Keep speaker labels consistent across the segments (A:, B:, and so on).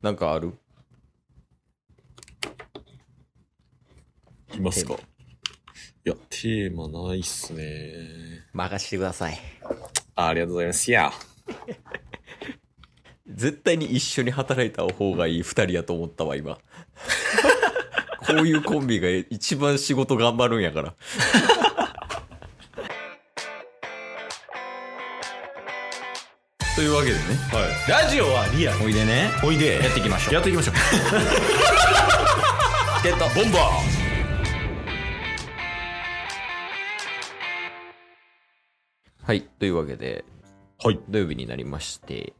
A: なんかある
B: いますかいや、テーマないっすね。
A: 任してください。
B: あありがとうございます。いや。
A: 絶対に一緒に働いた方がいい2人やと思ったわ、今。 こういうコンビが一番仕事頑張るんや から。というわけでね、
B: はい。ラジオはリアル。
A: おいでね、
B: おいで。
A: やっていきましょう。
B: やっていきましょう。
A: ゲット
B: ボンバ
A: はい、というわけで、
B: ーはい。
A: 土曜日になりまして、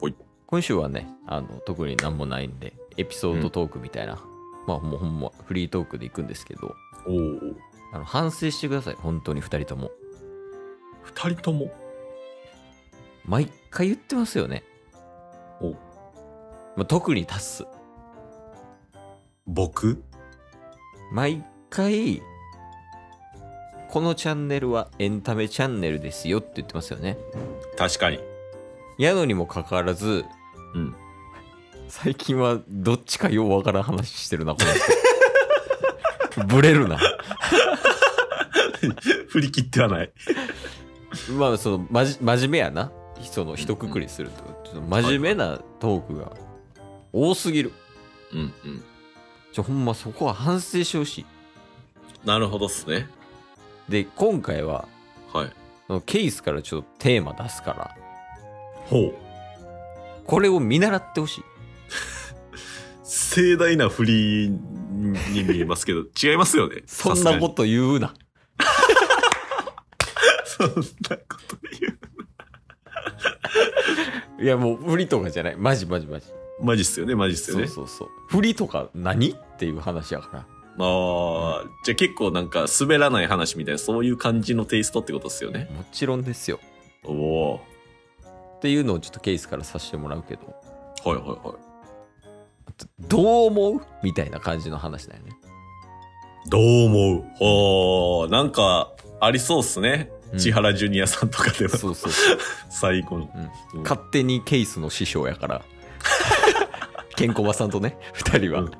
B: ほい。
A: 今週はね、あの特になんもないんで、エピソードトークみたいな、まあもうほんまフリートークで行くんですけど、
B: おお。
A: あの反省してください、本当に2人とも。
B: 二人とも。
A: 毎回言ってますよね。
B: お
A: まあ、特にタス。
B: 僕
A: 毎回、このチャンネルはエンタメチャンネルですよって言ってますよね。
B: 確かに。
A: やのにもかかわらず、
B: うん。
A: 最近はどっちかようわからん話してるな、この人。 ブレるな。
B: 振り切ってはない。
A: まあ、その、まじ、真面目やな。その、一括りすると、ちょっと真面目なトークが多すぎる。
B: うんうん。
A: ちょ、ほんまそこは反省してほしい。
B: なるほどっすね。
A: で、今回は、
B: はい。
A: そのケースからちょっとテーマ出すから、
B: ほう。
A: これを見習ってほしい。
B: 盛大な振りに見えます けど、違いますよね。。
A: そんなことと言うな。
B: そんなこと言う。
A: いや、もう、振りとかじゃない。マジマジマジ。
B: マジっすよね、マジっすよ
A: そう
B: ね。
A: そうそう。振りとか何っていう話やから。
B: ああ、じゃあ結構なんか滑らない話みたいな、そういう感じのテイストってことですよね。
A: もちろんですよ。
B: おお。
A: っていうのをちょっとケースからさせてもらうけど、
B: はいはいは
A: どう思うみたいな感じの話だよね。
B: い。どう思うおー、なんか、ありそうっすね。
A: うん
B: 千原ジュニアさんとかでは、
A: そうそうそう。
B: 最後の。うん
A: 勝手にケースの師匠やから。ケンコバさんとね、二人は。
B: うん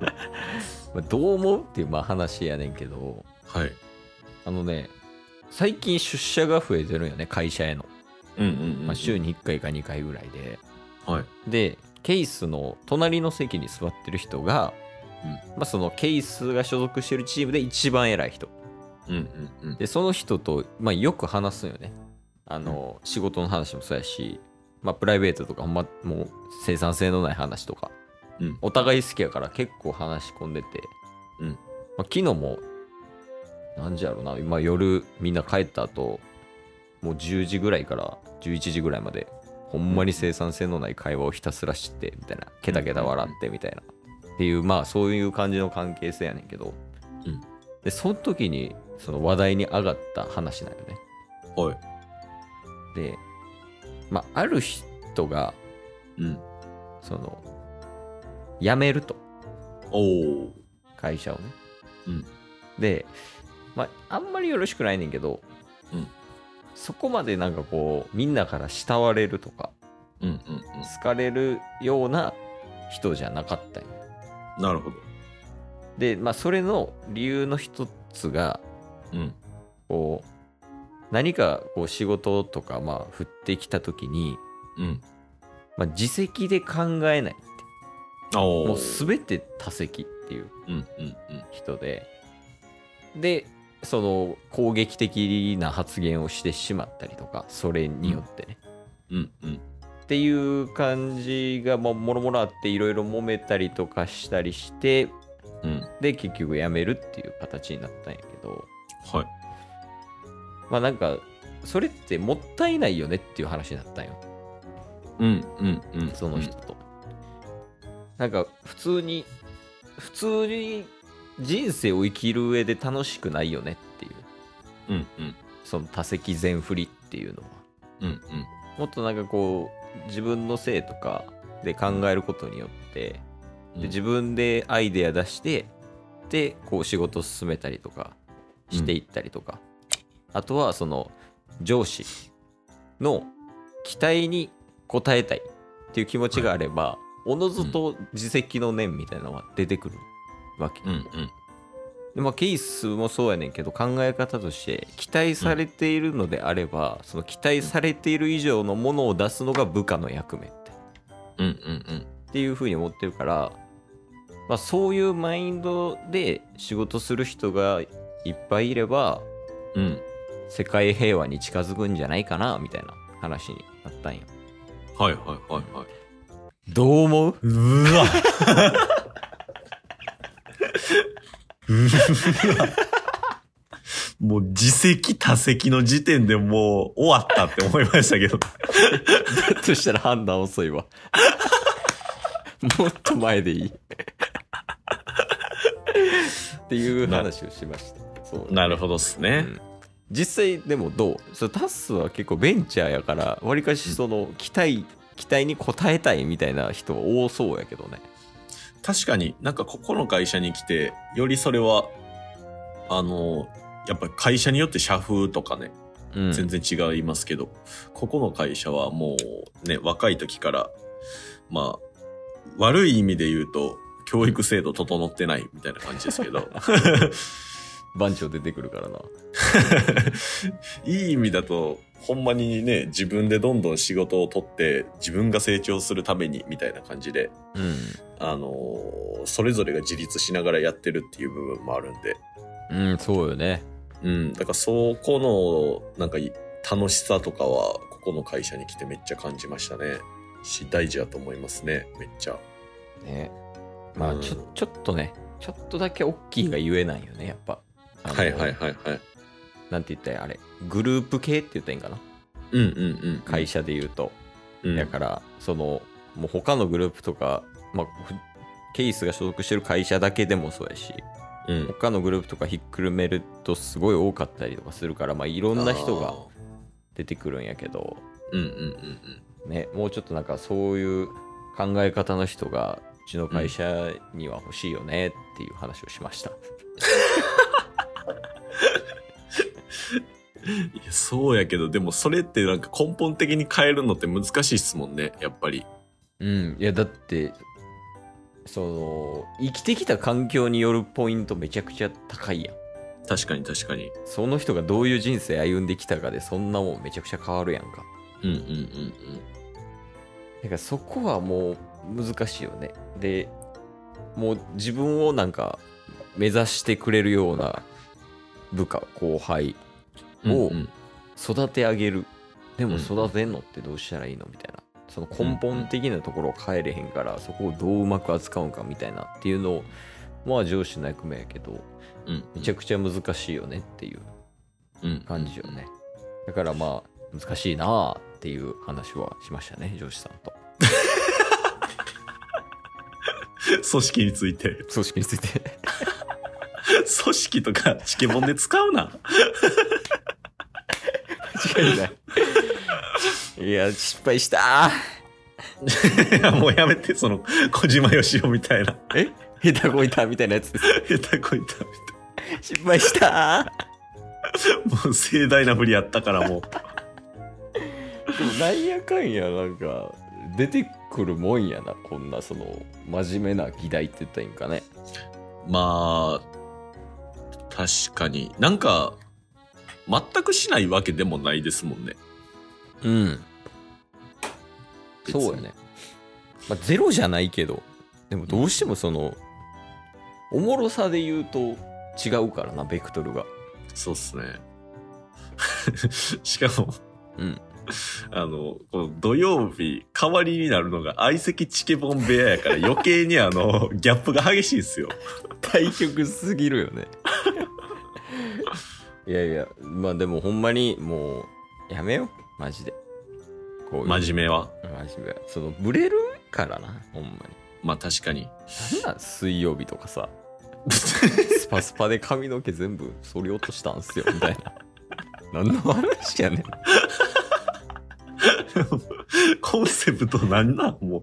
A: まあどう思うっていうまあ話やねんけど、
B: はい。
A: あのね、最近出社が増えてるんよね、会社への。
B: うんうんうん。
A: まあ、週に1回か2回ぐらいで。
B: はい。
A: で、ケースの隣の席に座ってる人が、まあ、そのケースが所属してるチームで一番偉い人。
B: うんうんうん。
A: でその人と、まあ、よく話すんよねあの、仕事の話もそうやし、まあ、プライベートとかほんまもう生産性のない話とか、
B: うん
A: お互い好きやから結構話し込んでて、
B: うん
A: まあ、昨日も何時やろうな今夜みんな帰った後もう10時ぐらいから11時ぐらいまでほんまに生産性のない会話をひたすらしてみたいなケタケタ笑ってみたいな、っていうまあそういう感じの関係性やねんけど、
B: うん
A: でその時にその話題に上がった話なんよね
B: はい。
A: で、まあ、ある人が
B: うん。
A: その辞めると
B: おお。
A: 会社をね、
B: うん
A: で、まあ、あんまりよろしくないねんけど、
B: うん
A: そこまでなんかこうみんなから慕われるとか
B: うんうんう
A: 好かれるような人じゃなかったんよ
B: ん。なるほど。
A: で、まあ、それの理由の一つが
B: うん。
A: こう何かこう仕事とかまあ振ってきた時に、
B: うん。
A: まあ、自責で考えないって
B: おお。
A: もう全て多責っていう
B: うんうんうん。
A: 人ででその攻撃的な発言をしてしまったりとかそれによってね、
B: うんうん。
A: っていう感じがまあもろもろあっていろいろ揉めたりとかしたりして
B: うん。
A: で結局辞めるっていう形になったんやけど
B: はい。
A: まあなんかそれってもったいないよねっていう話になったんよ
B: うんうんうん。
A: その人と。なんか普通に普通に人生を生きる上で楽しくないよねっていう
B: うんうん
A: その多席全振りっていうのは
B: うんうん
A: もっとなんかこう自分のせいとかで考えることによって
B: うん。
A: で自分でアイデア出してでこう仕事を進めたりとかしていったりとか、あとはその上司の期待に応えたいっていう気持ちがあれば、おのずと自責の念みたいなのが出てくるわけ、
B: うんうん。
A: でまあ、ケースもそうやねんけど考え方として期待されているのであれば、その期待されている以上のものを出すのが部下の役目って
B: うんうんうん。
A: っていうふうに思ってるから、まあ、そういうマインドで仕事する人がいっぱいいれば
B: うん。
A: 世界平和に近づくんじゃないかなみたいな話になったんよ
B: はいはいはいはい。
A: どう思う
B: うわうわもう自責他責の時点でもう終わったって思いましたけど。
A: としたら判断遅いわもっと前でいいっていう話をしましたそう
B: なるほどっすね。
A: 実際でもどうそれタスは結構ベンチャーやからわりかしその期待期待に応えたいみたいな人は多そうやけどね
B: 確かになんかここの会社に来て、よりそれは、あの、やっぱ会社によって社風とかね、
A: うん
B: 全然違いますけど、ここの会社はもうね、若い時から、まあ、悪い意味で言うと、教育制度整ってないみたいな感じですけど、
A: 番長出てくるからない
B: い意味だと、ほんまにね、自分でどんどん仕事を取って、自分が成長するためにみたいな感じで、
A: う
B: あのーそれぞれが自立しながらやってるっていう部分もあるんで、
A: ん、うん、そうよね
B: うん、だからそこの、なんかい、楽しさとかは、ここの会社に来てめっちゃ感じましたね。し、大事だと思いますね、めっちゃ。
A: ねまあ
B: うん
A: ちょちょっとねちょっとだけ大きいが言えないよねやっぱあの
B: はいはいはいはい。
A: なんて言ったらいいあれグループ系って言ったらいいんかな
B: うんうんうん。
A: 会社で言うと、
B: うん
A: だからそのもう他のグループとか、まあ、ふケイスが所属してる会社だけでもそうやし
B: うん。
A: 他のグループとかひっくるめるとすごい多かったりとかするから、まあ、いろんな人
B: あ
A: が
B: ー。
A: 出てくるんやけど、
B: うんうんうん
A: ね、もうちょっとなんかそういう考え方の人がうちの会社には欲しいよねっていう話をしました。
B: うん。いや、そうやけど、でもそれってなんか根本的に変えるのって難しいっすもんね、やっぱり。
A: うん、いやだってその生きてきた環境によるポイントめちゃくちゃ高いやん。
B: 確かに確かに。
A: その人がどういう人生歩んできたかでそんなもんめちゃくちゃ変わるやんか。
B: うんうん
A: だからそこはもう難しいよね。で、もう自分をなんか目指してくれるような部下、後輩、
B: うんうん。
A: おう
B: うんうん
A: 育て上げる。でも
B: うん
A: 育てんのってどうしたらいいのみたいな。その根本的なところを変えれへんから、そこをどううまく扱うんかみたいなっていうのを、まあ上司の役目やけど、
B: うん。
A: めちゃくちゃ難しいよねっていう
B: うん
A: 感じよね。だからまあ、難しいなあっていう話はしましたね、上司さんと。
B: 組織について。
A: 組織について。
B: 組織とか、チケボンで使うな。
A: 違いない。いや、失敗した。
B: いや、もうやめて、その、小島よしおみたいな。
A: え下手こいたみたいなやつです。
B: 下手こいたみ
A: 失敗した。
B: たいな。もう盛大な振りやったからもう。
A: でもなんやかんや、なんか、出てくるもんやな、こんな、その、真面目な議題って言ったらいいんかね。
B: まあ、確かに。なんか、全くしないわけでもないですもんね。
A: うん。そうやね。まあ、ゼロじゃないけど、でもどうしてもその、おもろさで言うと違うからな、ベクトル が。
B: そうっすね。 しかも、
A: うん。
B: あの、この土曜日、代わりになるのが相席チケボン部屋や から余計にあの、ギャップが激しいんすよ。
A: 対局すぎるよ ねいやいやまあでもほんまにもうやめようマジでこういう
B: 真面目は。
A: 真面目そのブレるからなほんまに
B: まあ確かに。
A: なんなん水曜日とかさスパスパで髪の毛全部剃り落としたんすよみたい な何の話やねん
B: コンセプトなんなんもう。